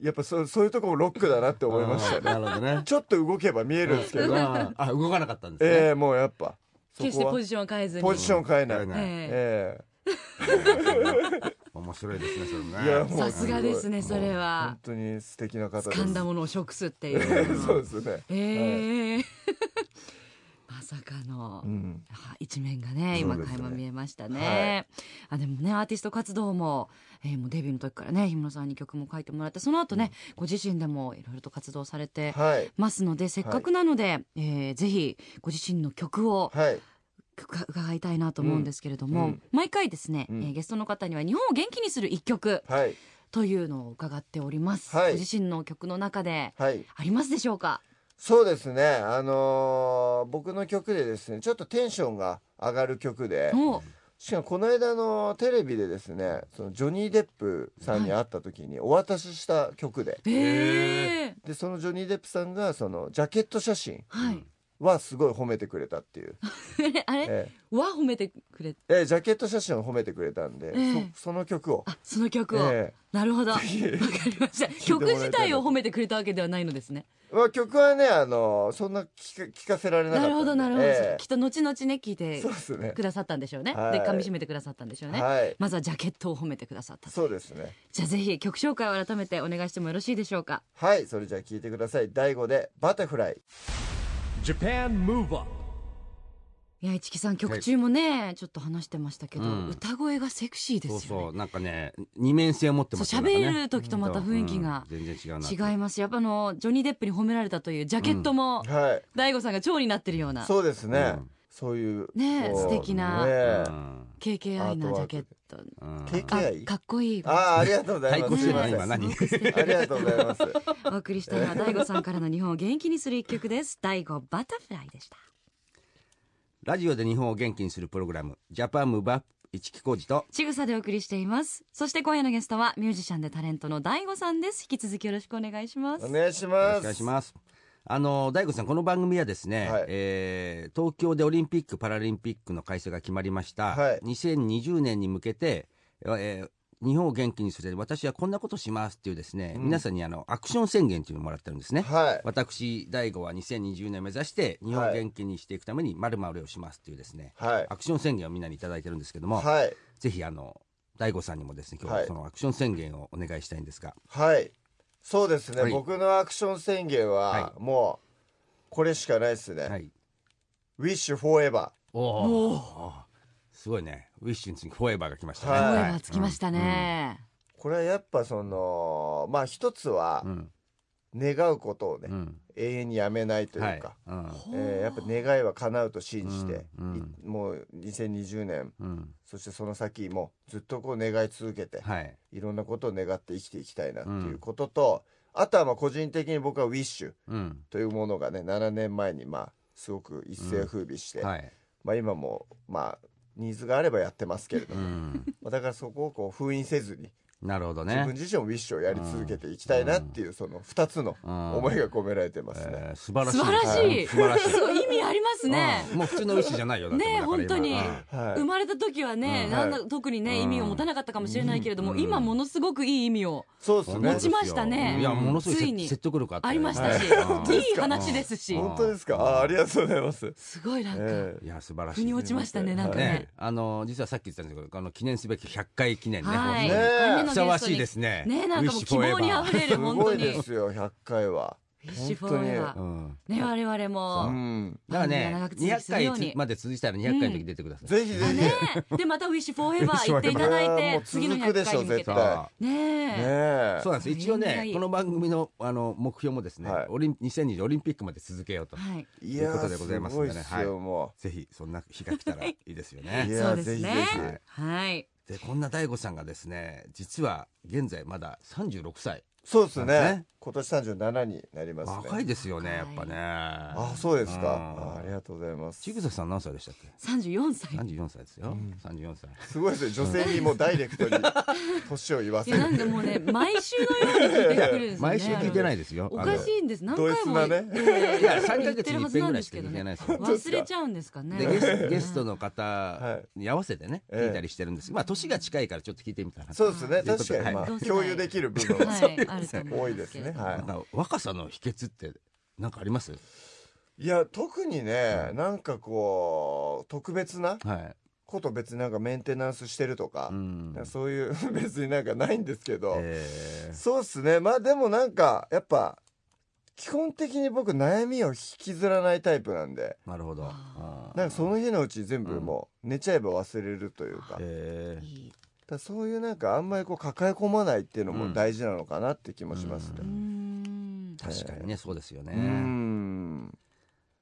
[SPEAKER 4] やっぱそそういうとこもロックだなって思いましたね
[SPEAKER 2] あーなるほど ね。
[SPEAKER 4] ちょっと動けば見えるんですけど、
[SPEAKER 2] あーあ動かなかったんですね。
[SPEAKER 4] ええもうやっぱそ
[SPEAKER 3] 決して
[SPEAKER 4] こは
[SPEAKER 3] ポジションは変えずに
[SPEAKER 4] ポジション変えない、
[SPEAKER 2] 変えない
[SPEAKER 3] ええ
[SPEAKER 4] え
[SPEAKER 2] 面白いですねそれもね。
[SPEAKER 4] いやもう
[SPEAKER 3] さすがですね
[SPEAKER 4] もう
[SPEAKER 3] それ
[SPEAKER 4] え
[SPEAKER 3] は
[SPEAKER 4] 本当に素敵な方です
[SPEAKER 3] 掴んだものを食すっていう
[SPEAKER 4] そうですね、
[SPEAKER 3] ええ まさかの、
[SPEAKER 4] うん、
[SPEAKER 3] あ一面がね今
[SPEAKER 4] そうです
[SPEAKER 3] 垣
[SPEAKER 4] ね
[SPEAKER 3] 間見えましたね、あでもねアーティスト活動も,、えーもうデビューの時からね氷室さんに曲も書いてもらってその後ね、ご自身でもいろいろと活動されて
[SPEAKER 4] はい
[SPEAKER 3] ますのでせっかくなので、えーぜひご自身の曲を
[SPEAKER 4] はい
[SPEAKER 3] 伺伺いたいなと思うんですけれども、
[SPEAKER 4] うんうん
[SPEAKER 3] 毎回ですね、
[SPEAKER 4] うん
[SPEAKER 3] えーゲストの方には日本を元気にする一曲
[SPEAKER 4] はい
[SPEAKER 3] というのを伺っております、
[SPEAKER 4] はい
[SPEAKER 3] ご自身の曲の中で
[SPEAKER 4] はい
[SPEAKER 3] ありますでしょうか
[SPEAKER 4] そうですねあのー僕の曲でですねちょっとテンションが上がる曲で
[SPEAKER 3] お
[SPEAKER 4] しかもこの間のテレビでですねそのジョニー・デップさんに会った時にお渡しした曲で
[SPEAKER 3] えー、
[SPEAKER 4] でそのジョニー・デップさんがそのジャケット写真
[SPEAKER 3] はい
[SPEAKER 4] はすごい褒めてくれたっていう、
[SPEAKER 3] あれ、
[SPEAKER 4] え
[SPEAKER 3] わ褒めてくれ
[SPEAKER 4] えええジャケット写真を褒めてくれたんで、
[SPEAKER 3] ええ
[SPEAKER 4] そその曲を
[SPEAKER 3] あその曲を、
[SPEAKER 4] ええ
[SPEAKER 3] なるほどわかりました
[SPEAKER 4] いても
[SPEAKER 3] 曲
[SPEAKER 4] らいたいな
[SPEAKER 3] 自体を褒めてくれたわけではないのですね
[SPEAKER 4] まあ、曲はねあのそんな聞か聞かせられなか
[SPEAKER 3] な
[SPEAKER 4] ったん
[SPEAKER 3] るほ
[SPEAKER 4] で
[SPEAKER 3] どなるほど、
[SPEAKER 4] え
[SPEAKER 3] きっと後々ね聞い
[SPEAKER 4] え
[SPEAKER 3] て
[SPEAKER 4] そうですね
[SPEAKER 3] くださったんでしょうね、
[SPEAKER 4] はい
[SPEAKER 3] で噛み締めてくださったんでしょうね、
[SPEAKER 4] はい
[SPEAKER 3] まずはジャケットを褒めてくださったと
[SPEAKER 4] そうですね
[SPEAKER 3] じゃあぜひ曲紹介を改めてお願いしてもよろしいでしょうか
[SPEAKER 4] はいそれじゃあ聞いてください第5で「バタフライ
[SPEAKER 1] Japan Move Up
[SPEAKER 3] いや市木さん曲中もね、ちょっと話してましたけど、
[SPEAKER 2] うん
[SPEAKER 3] 歌声がセクシーです
[SPEAKER 2] そ
[SPEAKER 3] よ
[SPEAKER 2] う
[SPEAKER 3] ね
[SPEAKER 2] そうなんかね二面性を持ってますよ
[SPEAKER 3] そう
[SPEAKER 2] な
[SPEAKER 3] 喋
[SPEAKER 2] んかね
[SPEAKER 3] る時とまた雰囲気が
[SPEAKER 2] うん全然違うな
[SPEAKER 3] 違いますやっぱあのジョニー・デップに褒められたというジャケットも、」
[SPEAKER 4] はい
[SPEAKER 3] 大悟さんが蝶になってるような
[SPEAKER 4] そうですね、
[SPEAKER 2] うん
[SPEAKER 4] そういう
[SPEAKER 3] ねえ
[SPEAKER 4] こう
[SPEAKER 3] 素敵な
[SPEAKER 4] ねえ
[SPEAKER 2] うん
[SPEAKER 4] ア
[SPEAKER 3] KKI
[SPEAKER 4] ー
[SPEAKER 3] な
[SPEAKER 4] ト
[SPEAKER 3] ジ
[SPEAKER 4] ワ
[SPEAKER 3] ャ
[SPEAKER 4] ーク
[SPEAKER 3] ケット
[SPEAKER 2] うん
[SPEAKER 4] 経
[SPEAKER 3] か
[SPEAKER 4] 験
[SPEAKER 3] かっこいい
[SPEAKER 4] ああありがとうございま
[SPEAKER 2] 太
[SPEAKER 4] すすい
[SPEAKER 2] 鼓
[SPEAKER 4] ま
[SPEAKER 2] して
[SPEAKER 4] せ
[SPEAKER 2] る
[SPEAKER 4] ん
[SPEAKER 2] ね今何
[SPEAKER 4] ありがとうございます
[SPEAKER 3] お送りしたのは大悟さんからの日本を元気にする一曲です大悟バタフライでした
[SPEAKER 2] ラジオで日本を元気にするプログラムジャパンムーバップ一木工事と
[SPEAKER 3] ちぐさでお送りしていますそして今夜のゲストはミュージシャンでタレントの大悟さんです引き続きよろしくお願いします
[SPEAKER 4] お願いし
[SPEAKER 2] よろし
[SPEAKER 4] ま
[SPEAKER 2] くお願い
[SPEAKER 4] す
[SPEAKER 2] します。あの大悟さん、この番組はですね、
[SPEAKER 4] はい
[SPEAKER 2] えー東京でオリンピック・パラリンピックの開催が決まりました、
[SPEAKER 4] はい
[SPEAKER 2] 2020年に向けて、えー日本を元気にする私はこんなことしますっていうですね、皆さんにあのアクション宣言というのをもらってるんですね、
[SPEAKER 4] はい
[SPEAKER 2] 私大悟は2020年を目指して日本を元気にしていくためにまるまるをしますっていうですね、
[SPEAKER 4] はい
[SPEAKER 2] アクション宣言をみんなに頂いただいてるんですけども、
[SPEAKER 4] はい
[SPEAKER 2] ぜひあの大悟さんにもですね今日
[SPEAKER 4] は
[SPEAKER 2] はいそのアクション宣言をお願いしたいんですが、
[SPEAKER 4] はいそうですね、
[SPEAKER 2] はい
[SPEAKER 4] 僕のアクション宣言は、
[SPEAKER 2] は
[SPEAKER 4] もうこれしかないですね、
[SPEAKER 2] はい、
[SPEAKER 4] Wish Forever
[SPEAKER 2] おおすごいねウィッシュに次フォーエバーが来ましたね、
[SPEAKER 4] はい
[SPEAKER 3] 声がつきましたね、
[SPEAKER 4] これはやっぱそのまあ一つは
[SPEAKER 2] うん
[SPEAKER 4] 願うことをね、
[SPEAKER 2] うん
[SPEAKER 4] 永遠にやめないというか、
[SPEAKER 2] うん
[SPEAKER 4] えーやっぱ願いは叶うと信じて、
[SPEAKER 2] うんうん
[SPEAKER 4] いもう2020年
[SPEAKER 2] うん
[SPEAKER 4] そしてその先もずっとこう願い続けて、
[SPEAKER 2] はい
[SPEAKER 4] いろんなことを願って生きていきたいなっていうことと、あとはまあ個人的に僕は「ウィッシュ
[SPEAKER 2] うん
[SPEAKER 4] というものがね7年前にまあすごく一世を風靡して、
[SPEAKER 2] はい
[SPEAKER 4] まあ、今もまあニーズがあればやってますけれど
[SPEAKER 2] う
[SPEAKER 4] も、
[SPEAKER 2] ん
[SPEAKER 4] まあだからそこをこう封印せずに
[SPEAKER 2] なるほど
[SPEAKER 4] 自分
[SPEAKER 2] ね
[SPEAKER 4] 自身もウィッシュをやり続けていきたいなっていうその2つの思いが込められてますね。
[SPEAKER 2] えー素晴らしい
[SPEAKER 3] 素晴らしい、
[SPEAKER 2] うん素晴らしい
[SPEAKER 3] すごい意味ありますね、
[SPEAKER 2] うんもう普通のウィッシュじゃないよだって
[SPEAKER 3] ねえ
[SPEAKER 2] もうだか
[SPEAKER 3] 本当
[SPEAKER 2] ら
[SPEAKER 3] に、
[SPEAKER 2] 今
[SPEAKER 4] はい
[SPEAKER 3] 生まれた時はね、
[SPEAKER 4] ん
[SPEAKER 3] なんだ特にね意味を持たなかったかもしれないけれども、今ものすごくいい意味を
[SPEAKER 4] そうです
[SPEAKER 2] うん
[SPEAKER 4] ね
[SPEAKER 3] 持ちましたね
[SPEAKER 2] うんいやものすごい
[SPEAKER 3] つい
[SPEAKER 2] せ
[SPEAKER 3] に
[SPEAKER 2] 説得力あった
[SPEAKER 3] あ
[SPEAKER 2] よ
[SPEAKER 3] りましたし、
[SPEAKER 2] はい
[SPEAKER 3] い、い話ですし、
[SPEAKER 2] うん
[SPEAKER 4] 本当ですかあーありがとうございます、
[SPEAKER 3] すごいなんか、
[SPEAKER 4] え
[SPEAKER 2] いや素晴らし
[SPEAKER 3] 腑
[SPEAKER 2] い
[SPEAKER 3] に落ちましたねなんかね
[SPEAKER 2] ねあの実はさっき言ってたんですけどあの記念すべき100回記念ね
[SPEAKER 3] は
[SPEAKER 2] 本
[SPEAKER 3] い、
[SPEAKER 2] 当に
[SPEAKER 4] ね
[SPEAKER 3] 三人のゲストに
[SPEAKER 4] え
[SPEAKER 2] ふさわしいですね
[SPEAKER 3] ねえなんかもう希望にあふれ
[SPEAKER 4] えす
[SPEAKER 3] る本
[SPEAKER 4] ご
[SPEAKER 3] 当
[SPEAKER 4] い
[SPEAKER 3] に
[SPEAKER 4] ですよ100回は
[SPEAKER 3] フィッシュフォーエバ
[SPEAKER 2] う
[SPEAKER 3] ー
[SPEAKER 2] ん
[SPEAKER 3] ね我々
[SPEAKER 4] う
[SPEAKER 3] も
[SPEAKER 4] ん
[SPEAKER 2] だからね
[SPEAKER 3] 番組が長く続きするように
[SPEAKER 2] 200回まで続いたら200回の時出てください
[SPEAKER 4] ぜひぜひ、
[SPEAKER 3] ねでまたウィッシュフォーエバー行っていただい
[SPEAKER 4] いやーも
[SPEAKER 3] て
[SPEAKER 4] う
[SPEAKER 3] 次の
[SPEAKER 4] 続く
[SPEAKER 3] 100
[SPEAKER 4] でし
[SPEAKER 3] 回
[SPEAKER 4] ょ
[SPEAKER 3] に向けて
[SPEAKER 4] 絶対
[SPEAKER 3] ね
[SPEAKER 2] さあ
[SPEAKER 3] え
[SPEAKER 4] ねえ
[SPEAKER 2] そうなんです一応
[SPEAKER 3] いいんだい
[SPEAKER 2] ね
[SPEAKER 3] い
[SPEAKER 2] この番組のあの目標もですね、
[SPEAKER 4] はい
[SPEAKER 2] オリン2020オリンピックまで続けようと、
[SPEAKER 3] はい
[SPEAKER 4] いや
[SPEAKER 2] ということ
[SPEAKER 4] ー
[SPEAKER 2] でございますすん
[SPEAKER 4] ご
[SPEAKER 2] で
[SPEAKER 4] い
[SPEAKER 2] ね
[SPEAKER 4] ですよ、
[SPEAKER 2] は
[SPEAKER 4] も
[SPEAKER 2] ぜひそんな日が来たらいいですよ
[SPEAKER 4] うい
[SPEAKER 2] ね
[SPEAKER 4] やー
[SPEAKER 3] そうですね
[SPEAKER 4] ぜひぜ
[SPEAKER 3] はい
[SPEAKER 2] でこんな大悟さんがですね実は現在まだ36歳
[SPEAKER 4] ひそうで
[SPEAKER 2] そ
[SPEAKER 4] すね
[SPEAKER 2] うですね
[SPEAKER 4] 今年37になりますね
[SPEAKER 2] 若いですよねやっ
[SPEAKER 3] 若い
[SPEAKER 2] ぱね
[SPEAKER 4] あそうですか
[SPEAKER 2] うん
[SPEAKER 4] あーありがとうございます
[SPEAKER 2] ちぐささん何歳でしたっけ
[SPEAKER 3] 34歳
[SPEAKER 2] 34歳ですよ、34歳
[SPEAKER 4] すごいですね女性にもうダイレクト に年を言わ
[SPEAKER 3] い
[SPEAKER 4] せ
[SPEAKER 3] や
[SPEAKER 4] る
[SPEAKER 3] なんかもうね毎週のように聞いてくるんですよね
[SPEAKER 2] 毎週聞いてないいですよ
[SPEAKER 3] おかしいんです何
[SPEAKER 4] 同
[SPEAKER 3] 回
[SPEAKER 4] 一
[SPEAKER 3] も
[SPEAKER 4] な
[SPEAKER 3] 言っ
[SPEAKER 4] ね
[SPEAKER 2] いや3
[SPEAKER 3] 言
[SPEAKER 2] ヶ
[SPEAKER 3] っ
[SPEAKER 2] 月
[SPEAKER 3] て
[SPEAKER 2] に
[SPEAKER 3] る
[SPEAKER 2] 1
[SPEAKER 3] はず
[SPEAKER 2] 遍
[SPEAKER 3] な
[SPEAKER 2] ぐら
[SPEAKER 3] んで
[SPEAKER 2] いし
[SPEAKER 3] す
[SPEAKER 2] か
[SPEAKER 3] けど
[SPEAKER 2] 聞いてない
[SPEAKER 3] ね
[SPEAKER 2] ですよ
[SPEAKER 3] 忘れちゃうんですかね
[SPEAKER 2] でゲスゲストの
[SPEAKER 4] は
[SPEAKER 2] 方
[SPEAKER 4] い
[SPEAKER 2] に合わせてね、
[SPEAKER 4] ええ
[SPEAKER 2] 聞いたりしてるんですまあ年が近いからちょっと聞いてみたら
[SPEAKER 4] そうですね
[SPEAKER 2] ということ
[SPEAKER 4] 確
[SPEAKER 2] で
[SPEAKER 4] かに、まあ
[SPEAKER 2] はい
[SPEAKER 3] 同世代
[SPEAKER 4] 共有できる部分
[SPEAKER 3] は
[SPEAKER 4] はい
[SPEAKER 3] あると思
[SPEAKER 4] 多
[SPEAKER 3] う
[SPEAKER 4] い
[SPEAKER 3] んで
[SPEAKER 4] ですす
[SPEAKER 3] けれ
[SPEAKER 4] ね
[SPEAKER 3] ども
[SPEAKER 4] はい
[SPEAKER 2] なんか若さの秘訣ってなんかあります？
[SPEAKER 4] いや特にね、なんかこう特別な
[SPEAKER 2] は
[SPEAKER 4] こと別になんかメンテナンスしてるとか
[SPEAKER 2] い。、ん
[SPEAKER 4] なんかそういう 別になんかないんですけど、
[SPEAKER 2] え
[SPEAKER 4] そうっすねまあでもなんかやっぱ基本的に僕悩みを引きずらないタイプなんで
[SPEAKER 2] ー、なるほど。
[SPEAKER 4] なんかその日のうち全部
[SPEAKER 2] うん
[SPEAKER 4] もう寝ちゃえば忘れるというか,、だか
[SPEAKER 2] えー
[SPEAKER 3] いい
[SPEAKER 4] らそういうなんかあんまりこう抱え込まないっていうの
[SPEAKER 2] う
[SPEAKER 4] も
[SPEAKER 2] ん
[SPEAKER 4] 大事なのかなって気もしますね。
[SPEAKER 3] うーん
[SPEAKER 2] 確かにね、そうですよね
[SPEAKER 4] う。ん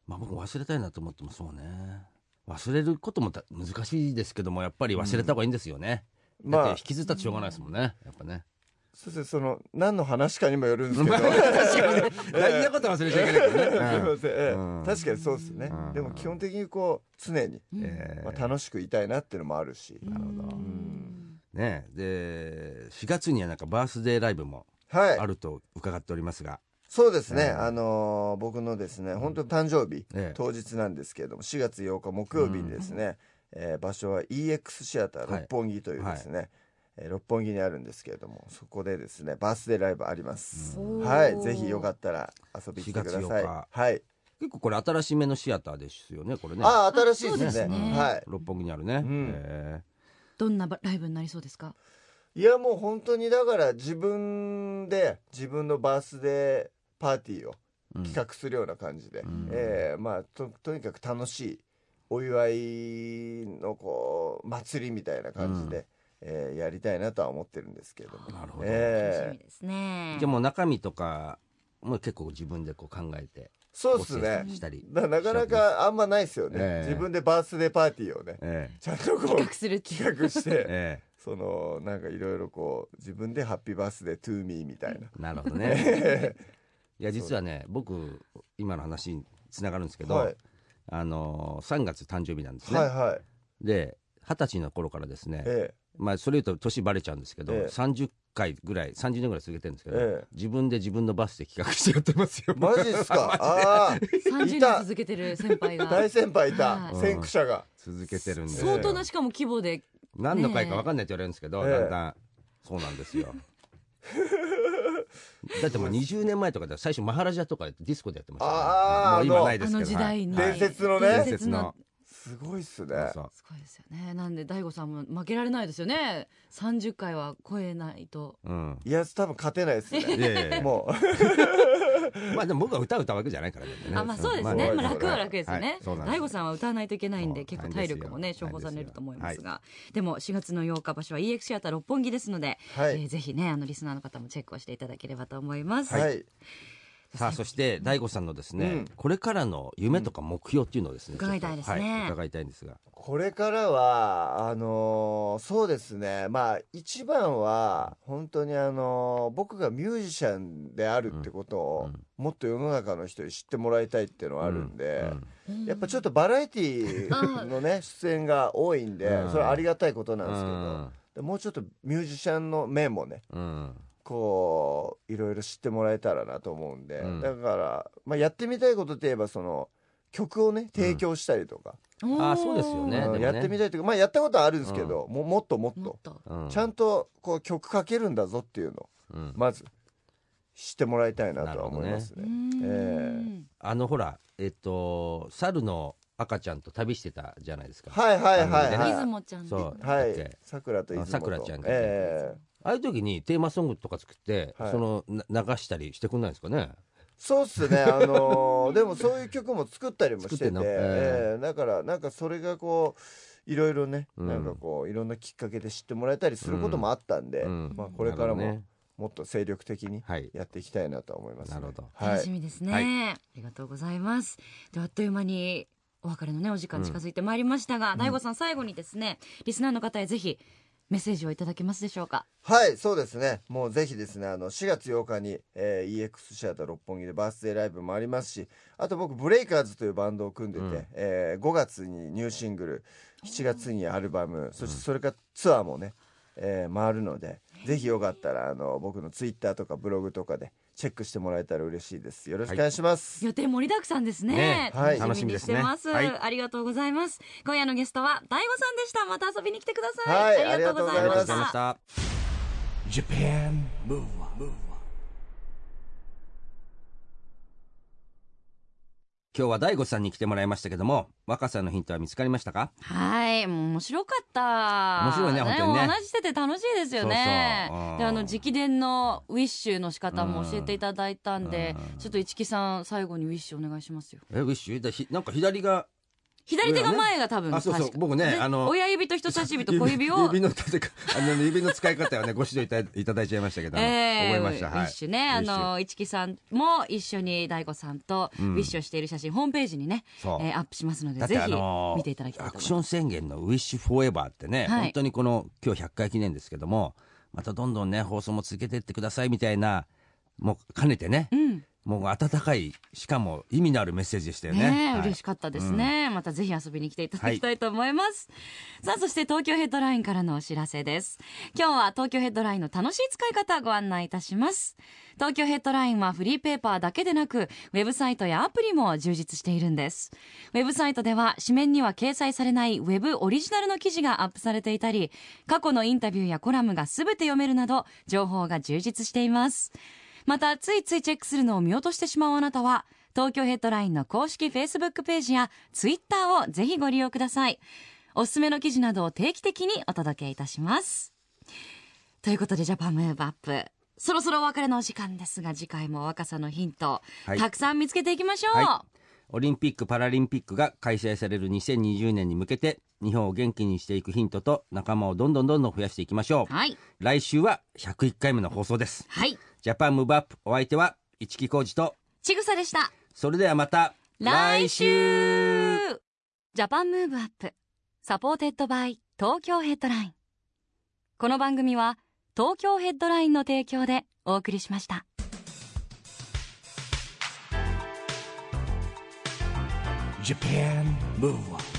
[SPEAKER 2] まあ僕忘れたいなと思ってもそうね。忘れることもた難しいですけどもやっぱり忘れた方がいいんですよね。
[SPEAKER 4] うん
[SPEAKER 2] だっ
[SPEAKER 4] まあ
[SPEAKER 2] て引きずったってしょうがないですもんね。やっぱね。
[SPEAKER 4] そしてその何の話かにもよるん ですけど
[SPEAKER 2] 大事なこと忘れちゃいけないけ
[SPEAKER 4] す
[SPEAKER 2] ど
[SPEAKER 4] い
[SPEAKER 2] ね。
[SPEAKER 4] ませんええ
[SPEAKER 2] うん
[SPEAKER 4] 確かにそうですね
[SPEAKER 2] うん
[SPEAKER 4] でも基本的にこう常に、
[SPEAKER 2] うんえ
[SPEAKER 4] まあ、楽しくいたいなっていうのもあるし
[SPEAKER 2] ーなるほど
[SPEAKER 3] う。
[SPEAKER 4] ん
[SPEAKER 2] ね、で4月にはなんかバースデーライブも
[SPEAKER 4] はい
[SPEAKER 2] あると伺っておりますが、
[SPEAKER 4] そうですね、あのー僕のですね本当に誕生日、
[SPEAKER 2] ええ
[SPEAKER 4] 当日なんですけれども4月8日木曜日にですね、えー場所は EX シアター
[SPEAKER 2] はい
[SPEAKER 4] 六本木というですね、えー六本木にあるんですけれどもそこでですねバースデーライブあります、
[SPEAKER 3] うん
[SPEAKER 4] はい
[SPEAKER 3] おー
[SPEAKER 4] ぜひよかったら遊びに来てくだ
[SPEAKER 2] 4
[SPEAKER 4] さい
[SPEAKER 2] 月8日
[SPEAKER 4] はい、
[SPEAKER 2] 結構これ新しめのシアターですよねこれね
[SPEAKER 4] ああ新しい
[SPEAKER 3] あそう
[SPEAKER 4] で
[SPEAKER 3] ですす
[SPEAKER 4] ね
[SPEAKER 3] ね
[SPEAKER 4] はい
[SPEAKER 2] 六本木にあるね、
[SPEAKER 4] うん
[SPEAKER 2] え
[SPEAKER 3] どんなライブになりそうですか
[SPEAKER 4] いやもう本当にだから自分で自分のバースデーパーティーを
[SPEAKER 2] ーうん
[SPEAKER 4] 企画するような感じで、
[SPEAKER 2] ん
[SPEAKER 4] えーまあととにかく楽しいお祝いのこう祭りみたいな感じで、えーやりたいなとは思ってるんですけれども
[SPEAKER 2] なるほど
[SPEAKER 3] 楽しみ
[SPEAKER 4] えー
[SPEAKER 3] ですね
[SPEAKER 2] じゃあもう中身とかも結構自分でこう考えて
[SPEAKER 4] そうです
[SPEAKER 2] 構
[SPEAKER 4] ね
[SPEAKER 2] 成したり
[SPEAKER 4] だなかなかあんまないですよね、
[SPEAKER 2] ええ
[SPEAKER 4] 自分でバースデーパーティーを ね
[SPEAKER 2] ええ
[SPEAKER 4] ちゃんとこ
[SPEAKER 3] 企
[SPEAKER 4] う
[SPEAKER 3] 画するっていう
[SPEAKER 4] 企画して
[SPEAKER 2] え
[SPEAKER 4] そのなんかいろいろこう自分で「ハッピーバースデートゥーミー」みたいな。
[SPEAKER 2] えなるほど ねいや実はね僕今の話につながるんですけど、
[SPEAKER 4] はい
[SPEAKER 2] あのー、3月誕生日なんですね、
[SPEAKER 4] はいはい、
[SPEAKER 2] で二十歳の頃からですね、
[SPEAKER 4] え
[SPEAKER 2] まあそれ言うと年バレちゃうんですけど、
[SPEAKER 4] ええ
[SPEAKER 2] 30回ぐらい30年ぐらい続けてるんですけど、
[SPEAKER 4] ええ
[SPEAKER 2] 自分で自分のバスで企画してやってますよ
[SPEAKER 4] え、マジっすかあ
[SPEAKER 3] 30年
[SPEAKER 4] いた
[SPEAKER 3] 続けてる先輩
[SPEAKER 4] あ
[SPEAKER 3] が
[SPEAKER 4] 大先輩い
[SPEAKER 3] は
[SPEAKER 4] た
[SPEAKER 3] い
[SPEAKER 4] 先駆者が
[SPEAKER 2] 続けてるんで
[SPEAKER 3] 相当なしかも規模で
[SPEAKER 2] 何の回か分かんないって言われるんですけど、
[SPEAKER 4] ええ
[SPEAKER 2] だんだんそうなんですよ だってもう20年前とかで最初マハラジャとかディスコでやってました
[SPEAKER 4] あー
[SPEAKER 2] ね、もう今
[SPEAKER 4] あの
[SPEAKER 2] ないで
[SPEAKER 3] あ
[SPEAKER 2] すけど
[SPEAKER 3] の時代に
[SPEAKER 4] はい伝説のね
[SPEAKER 2] はい伝
[SPEAKER 3] 伝
[SPEAKER 2] 説
[SPEAKER 3] 説の
[SPEAKER 2] の
[SPEAKER 4] すごいっす
[SPEAKER 2] そう
[SPEAKER 4] ね
[SPEAKER 2] そう
[SPEAKER 3] すごいですよねなんで大悟さんも負けられないですよね30回は超えないと
[SPEAKER 2] うん
[SPEAKER 4] いや多分勝てないです
[SPEAKER 2] い
[SPEAKER 4] ね
[SPEAKER 2] やいやいや
[SPEAKER 4] も
[SPEAKER 2] まあでも僕は歌う歌うわけじゃないからだってね
[SPEAKER 3] あまあそうです
[SPEAKER 4] ま
[SPEAKER 3] ね、
[SPEAKER 4] あ
[SPEAKER 3] まあ、
[SPEAKER 4] そうです
[SPEAKER 3] 楽は楽ですよ
[SPEAKER 2] は
[SPEAKER 3] ね
[SPEAKER 2] いそうなんです
[SPEAKER 3] 大悟さんは歌わないといけないん
[SPEAKER 2] そう
[SPEAKER 3] で結構
[SPEAKER 2] 大変で
[SPEAKER 3] 体
[SPEAKER 2] すよ
[SPEAKER 3] 力もね重宝されると思いますがでも4月の8日場所は EX シアター六本木ですので、
[SPEAKER 4] うは
[SPEAKER 3] え
[SPEAKER 4] い
[SPEAKER 3] ーぜひねあのリスナーの方もチェックをしていただければと思います、
[SPEAKER 4] はい
[SPEAKER 2] さあそして大悟さんのですね、
[SPEAKER 4] うん
[SPEAKER 2] これからの夢とか目標っていうのをですね、
[SPEAKER 3] うん伺いたいです
[SPEAKER 2] ちょっ
[SPEAKER 3] ね
[SPEAKER 2] とはい、伺いたいんですが
[SPEAKER 4] これからはあのーそうですねまあ一番は本当にあのー僕がミュージシャンであるってことをもっと世の中の人に知ってもらいたいっていうのはあるんでやっぱちょっとバラエティーのね出演が多いんで
[SPEAKER 2] うん
[SPEAKER 4] それはありがたいことなんですけど
[SPEAKER 2] う
[SPEAKER 4] でもうちょっとミュージシャンの面もね
[SPEAKER 2] んうん
[SPEAKER 4] こういろいろ知ってもらえたらなと思うんで、
[SPEAKER 2] うん
[SPEAKER 4] だから、まあ、やってみたいことといえばその曲をね提供したりとか、
[SPEAKER 3] おー
[SPEAKER 2] あそうですよね
[SPEAKER 4] うん
[SPEAKER 2] でも
[SPEAKER 4] やってみたいというか、まあ、やったことはあるんですけど、ももっともっ
[SPEAKER 3] もっ
[SPEAKER 4] と、
[SPEAKER 3] と
[SPEAKER 2] うん
[SPEAKER 4] ちゃんとこう曲かけるんだぞっていうのを
[SPEAKER 2] うん
[SPEAKER 4] まず知ってもらいたいなとは思います
[SPEAKER 3] うー
[SPEAKER 4] ね。
[SPEAKER 3] ん
[SPEAKER 2] あのほらえっと猿の赤ちゃんと旅してたじゃないですか
[SPEAKER 4] はいはいはい
[SPEAKER 2] え
[SPEAKER 4] は
[SPEAKER 3] 出
[SPEAKER 4] い。
[SPEAKER 3] 雲ちゃんで
[SPEAKER 2] そう
[SPEAKER 4] は
[SPEAKER 2] だっけ
[SPEAKER 4] い、さくらと出雲と
[SPEAKER 2] あさくらちゃんが
[SPEAKER 4] ええ
[SPEAKER 2] ああいう時にテーマソングとか作って、
[SPEAKER 4] はい
[SPEAKER 2] そのな流したりしてくんないですかね
[SPEAKER 4] そうっすね、あ のーでもそういう曲も作ったりもして
[SPEAKER 2] 作
[SPEAKER 4] て
[SPEAKER 2] ってんの
[SPEAKER 4] ええだからなんかそれがこういろいろね、
[SPEAKER 2] うん
[SPEAKER 4] なんかこういろんなきっかけで知ってもらえたりすることもあったんで、
[SPEAKER 2] うん
[SPEAKER 4] まあ、これか
[SPEAKER 2] なる
[SPEAKER 4] ら
[SPEAKER 2] ほどね
[SPEAKER 4] ももっと精力的に
[SPEAKER 2] はい
[SPEAKER 4] やっていきたいなとは思います、ね
[SPEAKER 2] なるほど
[SPEAKER 4] は
[SPEAKER 3] 楽し
[SPEAKER 4] い、
[SPEAKER 3] みですね、
[SPEAKER 2] は
[SPEAKER 3] ありがとうございますではあっという間にお別れのねお時間近づいてまいりましたが、大悟さん最後にですねリスナーの方へぜひメッセージをいただけますでしょうか
[SPEAKER 4] はい、そうですねもうぜひですねあの4月8日に、えー EX シアター六本木でバースデーライブもありますしあと僕ブレイカーズというバンドを組んでて、
[SPEAKER 2] うん
[SPEAKER 4] え5月にニューシングル7月にアルバムそしてそれからツアーもね、えー回るのでぜひよかったらあの僕のツイッターとかブログとかでチェックしてもらえたら嬉しいですよろしくお願いします、
[SPEAKER 3] 予定盛りだくさんですね
[SPEAKER 2] ね
[SPEAKER 4] はい
[SPEAKER 3] 楽しみにしてます、
[SPEAKER 2] 楽しみですねは
[SPEAKER 3] ありがとうございます今夜のゲストは大悟さんでしたまた遊びに来てください、
[SPEAKER 4] はい
[SPEAKER 3] ありがとうご
[SPEAKER 2] あ
[SPEAKER 3] ざ
[SPEAKER 2] り
[SPEAKER 3] い
[SPEAKER 2] がとう
[SPEAKER 3] ま
[SPEAKER 2] ご
[SPEAKER 3] し
[SPEAKER 2] ざいましたた
[SPEAKER 1] Japan Move Up, Move Up.
[SPEAKER 2] 今日は大悟さんに来てもらいましたけども若さのヒントは見つかりましたか
[SPEAKER 3] はいもう面白かった
[SPEAKER 2] 面白いね本当にね
[SPEAKER 3] お話してて楽しいですよね
[SPEAKER 2] そうそううん
[SPEAKER 3] であの直伝のウィッシュの仕方も教えていただいたんで、
[SPEAKER 2] うん
[SPEAKER 3] ちょっと市木さん最後にウィッシュお願いしますよ
[SPEAKER 2] えウィッシュだひなんか左が
[SPEAKER 3] 左手が前が多分、
[SPEAKER 2] あそうそう
[SPEAKER 3] 確か
[SPEAKER 2] 僕ね
[SPEAKER 3] で
[SPEAKER 2] あの
[SPEAKER 3] 親指と人差し指と小指を
[SPEAKER 2] 指の立てかあの指の使い方はねご指導いたいただいちゃいましたけど、あの
[SPEAKER 3] え
[SPEAKER 2] 覚
[SPEAKER 3] え
[SPEAKER 2] えましたはい
[SPEAKER 3] ウィッシュねあ
[SPEAKER 2] ウィッシュ
[SPEAKER 3] の市木さんも一緒に大悟さんとウィッシュをしている写真、ホームページにね、え
[SPEAKER 2] そう
[SPEAKER 3] ーアップしますので
[SPEAKER 2] だっ
[SPEAKER 3] ぜ
[SPEAKER 2] て
[SPEAKER 3] ひ
[SPEAKER 2] あのー
[SPEAKER 3] 見ていただきたい
[SPEAKER 2] アク
[SPEAKER 3] と思い
[SPEAKER 2] ショ
[SPEAKER 3] ま
[SPEAKER 2] ン宣言の「ウィッシュフォーエバー」ってね、
[SPEAKER 3] はい
[SPEAKER 2] 本当にこの今日100回記念ですけどもまたどんどんね放送も続けていってくださいみたいなもう兼ねてね、
[SPEAKER 3] うん。
[SPEAKER 2] もう温かい、しかも意味のあるメッセージでしたよね。
[SPEAKER 3] ねえ
[SPEAKER 2] はい
[SPEAKER 3] 嬉しかったですね、またぜひ遊びに来ていただきたいと思います、さあそして東京ヘッドラインからのお知らせです今日は東京ヘッドラインの楽しい使い方ご案内いたします東京ヘッドラインはフリーペーパーだけでなくウェブサイトやアプリも充実しているんですウェブサイトでは紙面には掲載されないウェブオリジナルの記事がアップされていたり過去のインタビューやコラムが全て読めるなど情報が充実していますまたついついチェックするのを見落としてしまうあなたは東京ヘッドラインの公式 Facebook ページや Twitter をぜひご利用くださいおすすめの記事などを定期的にお届けいたしますということでジャパンムーブアップそろそろお別れのお時間ですが次回も若さのヒント、
[SPEAKER 2] はい
[SPEAKER 3] たくさん見つけていきましょう、
[SPEAKER 2] はオリンピック・パラリンピックが開催される2020年に向けて、日本を元気にしていくヒントと仲間をどんどんどんどん増やしていきましょう。
[SPEAKER 3] はい
[SPEAKER 2] 来週は101回目の放送です。
[SPEAKER 3] はい
[SPEAKER 2] ジャパンムーブアップ、お相手は市木浩二と、
[SPEAKER 3] ちぐさでした
[SPEAKER 2] それではまた
[SPEAKER 3] 来週ジャパンムーブアップサポーテッドバイ東京ヘッドラインこの番組は東京ヘッドラインの提供でお送りしました
[SPEAKER 1] Japan Move Up